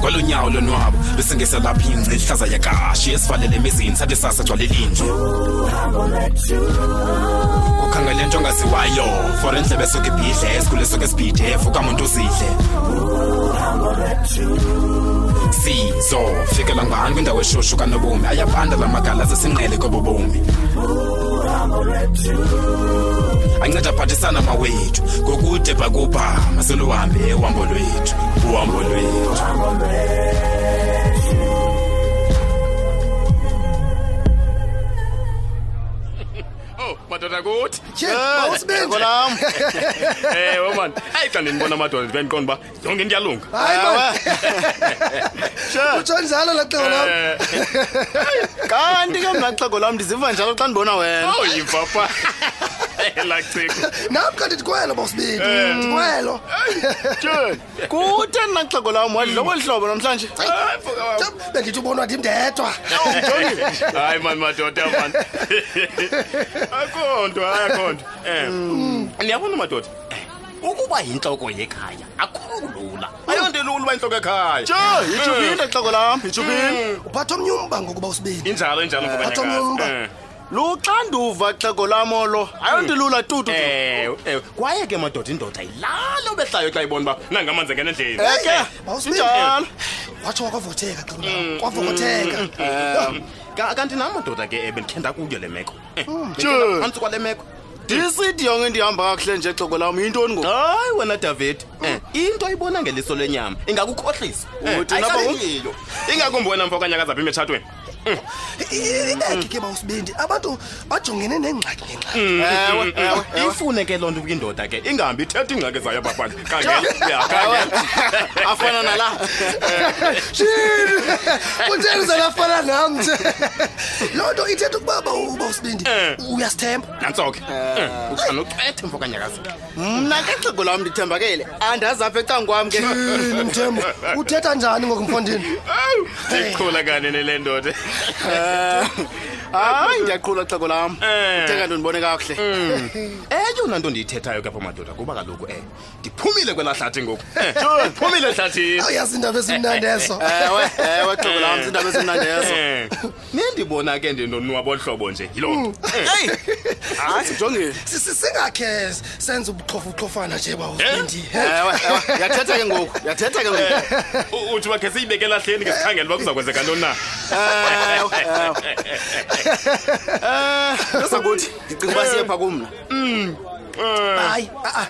kwalonyawo lonwabo besingesa lapha ingci ihlaza yakashi esivalele emizini sathi sasa gcwale linje ukhangele nto ongaziwayo for endlebe esuke ibhidle esikhule esuke esibhidef ukamuntu uzidle sizo fikela ngubani kwindawo eshushu kanobomi ayabanda la magala zesinqele kobobomi anceda aphathisana mawethu ngokude bhakubha maseluhambe uhambo lwethu uhambo lwethu Oh, madoda kuthi Shit, Eh, bawusibindi. yakolam. ewe mani hayi xa ndindibona amadoda ndibendiqonda uba yonke into iyalunga hayi mani Sure. utsho njalo laxeko lam Eh, kanti ke mnaxhego lam ndiziva njalo xa ndibona wena oh yivapa elaa ciko nam kanti ndikwelo bawusibindi ndikwelo Joni. kude ndinaxhego lam wadlilobo eli hlobo namhlanje Ah, Hayi, fuka wam. Tjep, bendithi ubonwa ndimndedwa hayi mani madoda mani akho nto hayi akho nto um ndiyabona madoda Eh, ukuba yintloko yekhaya akho lula ayonto elula uba intloko ekhaya tsho yitshubile Eh. xhego lam Hmm. yitshubile uphatha omnye umba ngokuba usibindi injalo injalo Atsho umyumba. ngobanyakazi Eh, luxanduva xhego lam olo ayonto ilula tutu Hmm. ewe ewe kwaye ke madoda indoda yilala obehlayo xa ibona uba nangamanzi ngena endleni eke bawusibindi injalo watsho wakwavotheka xa kwavokotheka Mm. Um. um, Ka- kanti nam madoda ke eh, bendikhe ndakuyo le meko Eh, Tsho. phantsi kwale meko Hmm. ndisithi yonke endihamba kakuhle nje xhego lam yintoni ngoku Hmm. hayi wena david Eh, into ibona ngeliso lenyama ingakukhohlisa Eh, Uthi napha ku- ayisayiyo. ingakumbi wena mfo okanyakazi apha emetshatweni ibeki ke bawusibindi abantu bajongene neengxaki nengxaki ewe ewe ewe ifune ke loo nto kwindoda ke ingahambi ithetha iingxaki zayo abafana Ewe, afana nala shini kutheni zanafana nam nje loo nto ithetha ukuba ba- uba usibindi uyasithemba nantso ke Eh, uxanokucethe mfo kanyakazi mna ke xhego lam ndithembakele andazi apha ecankwam ke Shini, mthembu uthetha njani ngoku mfondini Awu, ndiqhula kane nele ndoda hayi ndiyaqhula xhego lam Eh. uthe kanti ndibone kakuhle Eh, eyona nto ndiyithethayo kapha madoda kuba kaloku um ndiphumile kwelaa hlathi ngoku Eh, phumile ehlathini awuyazi iindaba ezimnandi ezo ewe ewe xhego lam ziindaba ezimnandezo Eh, nendibona ke ndinonwabo hlobo nje yiloo nto eyi hayi sijongile Si- si- singakhe senze ubuxhofuxhofana nje Eh, bawusibindi ewe ewe eh, yathetha ke ngoku yathetha ke ngoku Eh. U- uthi bakhe siyibeke elahleni ke sikhangele uba kuza kwenzeka ntoni na ewe ewe um eza kuthi ndicinga uba siye phaa kumna hayi a-a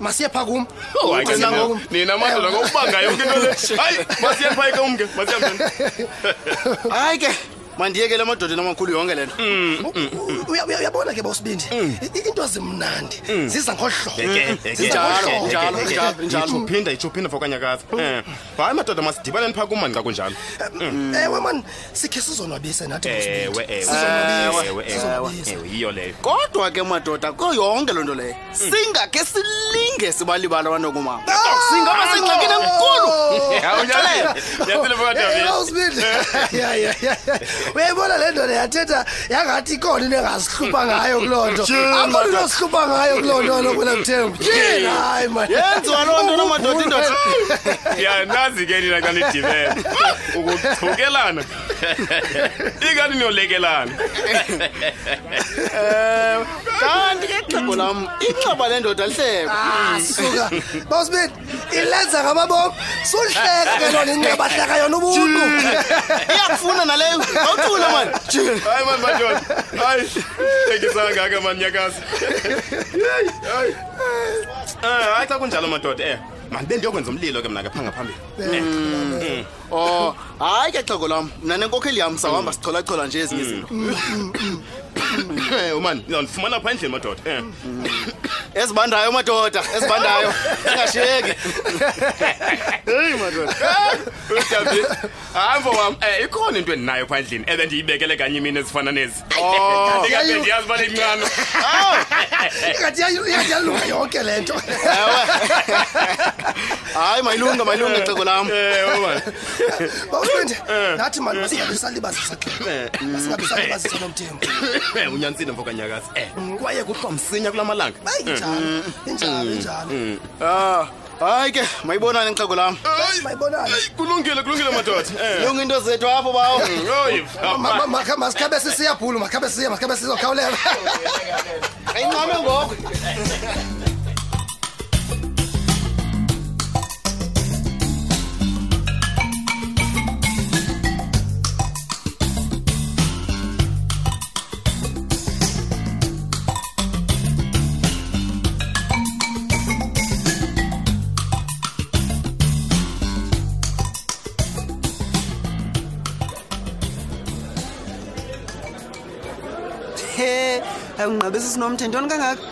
masiye phaa kum Oh, hayi ke Ugcina nina- ngoku. Eh, nina madoda kokubanga yonke into le hayi masiyeni phaa ke umke masiyeni hayi ke mandiyekele emadodeni amakhulu yonke le nto Uya- uya- uyabona ke bawusibindi Mm. I- i- into zimnandi ziza ngohlobo Mm. ziza Njalo, ngohlobo njalo, njalo, njalo. itshuphinda itshuphinda fokanyakazi um hayi madoda masidibaneni phaa kumani kakunjalo Mm. ewe mani eh, sikhe sizonwabise nathi Eh, ewe bawusibindi ewe sizonwabise ewe ewe sizonwabise ewe yiyo leyo kodwa ke madoda kuyo yonke loo nto leyo singakhe silinge sibalibala abantokumama Ah! Oh, singaba sengxakini enkulu Eh, Yawunyathela. Nyathela Hey, fokanyakazi bawusibindi Eh, Ya, ya, ya. uyayibona le ndoda yathetha yangathi ikhona into engasihlupha ngayo kuloo nto akho nto inosihlupha ngayo kuloo nto nokwela mthembu Tyhini, hayi man. yenziwa loo nto nomadoda indoda yanazi ke nina xa nidibene ukuthukelana ikanti niyolekelana kanti ke xhego lam inxeba lendoda lihleko Ah, suka bawusibindi ilenza ngamabom sulihleka ke lona inqeba hleka yona ubuntu iyakufuna naleyo awuthule mani Jini. hayi mani madoda hayi tekisangaka mani nyakazi Yeyi, hayi. Eh, hayi xa kunjalo madoda eh mani bendiyokwenza umlilo ke mna ke phaa ngaphambili Oh, hayi ke xhego lam mna nenkokheli yam sawuhamba sicholachola nje ezinye izinto Eh, umani ndifumana phaa endlini madoda eh ezibandayo madoda ezibandayo zingashiyeki heyi madoda Udabi, hayi mfo wam um ikhona into endinayo phaa endlini ebendiyibekele kanye imini ezifana nezi ndingabe ndiyazi uba lincane ingathi iya- ingathi iyalunga yonke le nto hayi mayilunga mayilunga xhego lam eh umani bawusibindi nathi mani masingabe salibazisa xa masingabe salibazisa nomthembu Eh, unyanisile mfo kanyakazi eh kwaye kuhlwa msinya kula malanga bayinjalo injalo injalo Ah, hayi ke mayibonane nixhego lam Hayi, Mayibonane. hayi, kulungile kulungile madoda Eh. lunga into zethu apho bawo Oyi, Ma- ma- papa. makha- masikhabe sisiyabhulu makhabe sisiya makhabe sizokhawulela ayinqame ngoko he awungqabisi sinomthentoni kangaka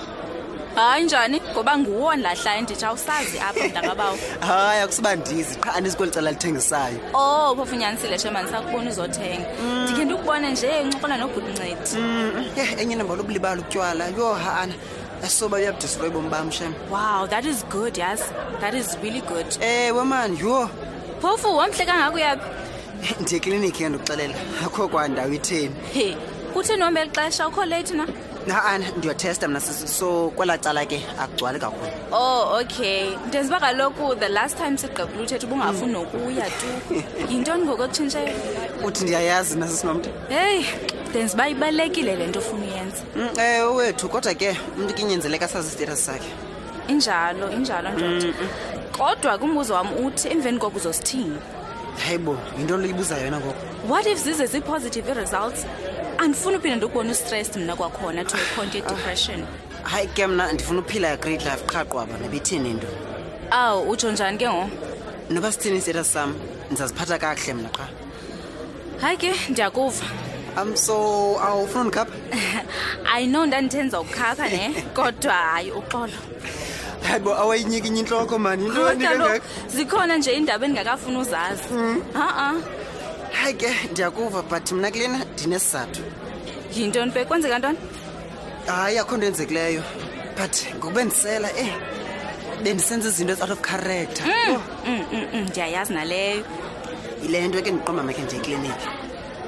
hayi njani ngoba nguwo ndlahlaya nditsha awusazi apha mntakabawo hayi akusuba ndizi qha andizikweli cala lithengisayo Mm. o phofu unyanisile shemani sakubona uzothenga ndikhe ndikubone nje uncokola nobhutincedi ye enye namba lokulibala ukutywala yho ha-ana asoba uyabudistroy bomi bam shem wow that is good yas that is really good ewe mani yho phofu womhle kangako uyaphi ndiyeklinikhi ke ndikuxelela akho kwandawo itheni he kutheni wombe eli xesha ukho leyithi na ha-ana ndiyothesta mna sisi so kwelaa cala ke akugcwali kakhulu oh okay ndenza uba kaloku the last time sigqibile uthetha Mm. ubungafuni nokuya tu yintoni ngoku ekutshintsheyo uthi ndiyayazi nasisinomntu heyi ndenza uba ibalulekile le nto ofuna uyenza ewe wethu Mm, eh, kodwa ke umntu kinyenzeleka sazi isiterasis sakhe injalo injalo ndoda kodwa kumbuzo wam uthi emveni koku uzosithini hayi bo yinto loyibuza yona ngoku what if zize zii-positive ii-results andifuni uphinde ndikubona ustressed mna kwakhona to a point yedepression hayi ke mna ndifuna uphila great life qha qwaba nabethini into awu utsho njani ke ngo noba sithini isiterasis sam ndizaziphatha kakuhle mna qha hayi ke ndiyakuva am so awufuna undikhapha i know ndandithenza ukukhapha ne kodwa hayi uxolo hayi bo awayinyikinye intloko mani Hayi, kaloku zikhona nje iindaba endingakafuni uzazi ha-a hayi ke ndiyakuva but mna kulena ndinesizathu yintoni pe kwenzeka ntoni hayi akho nto enzekileyo but ngokube ndisela eh bendisenza izinto ezi-out of character Yho, Mm, mm, mm, ndiyayazi naleyo yile nto ke ndiqomba makhe nje ekliniki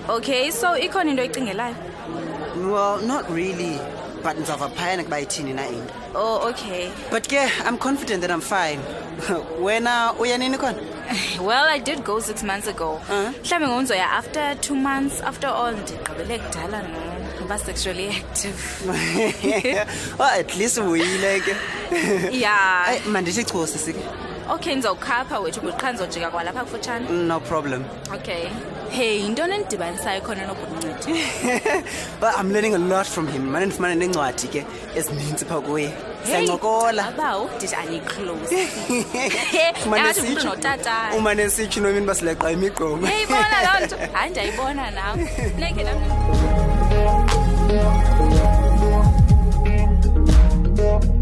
okay so ikhona into oyicingelayo well not really but ndizawuva phayana kuba ithini na into oh okay but ke i'm confident that i'm fine wena uyanini khona well i did go six months ago Uh-huh. mhlawumbi ngoku ndizoya after two months after all ndigqibele kudala no- noba sexually active well at least ubuyile ke ya hayi mandithi chosisi ke okay ndizawukhapha wethu buqha ndizojika kwalapha kufutshane no problem okay hey yintoni endidibanisayo khona nobumncedi but i'm learning a lot from him mane ndifumane neencwadi ke ezininzi phaa kuye siyancokola abawo ndithi andiyiklose Umane angathi ngumntu esitsho- notata umane esitsho nomini uba sileqa imigqomo eyibona loo nto hayi ndiyayibona nam nekhe nam Thank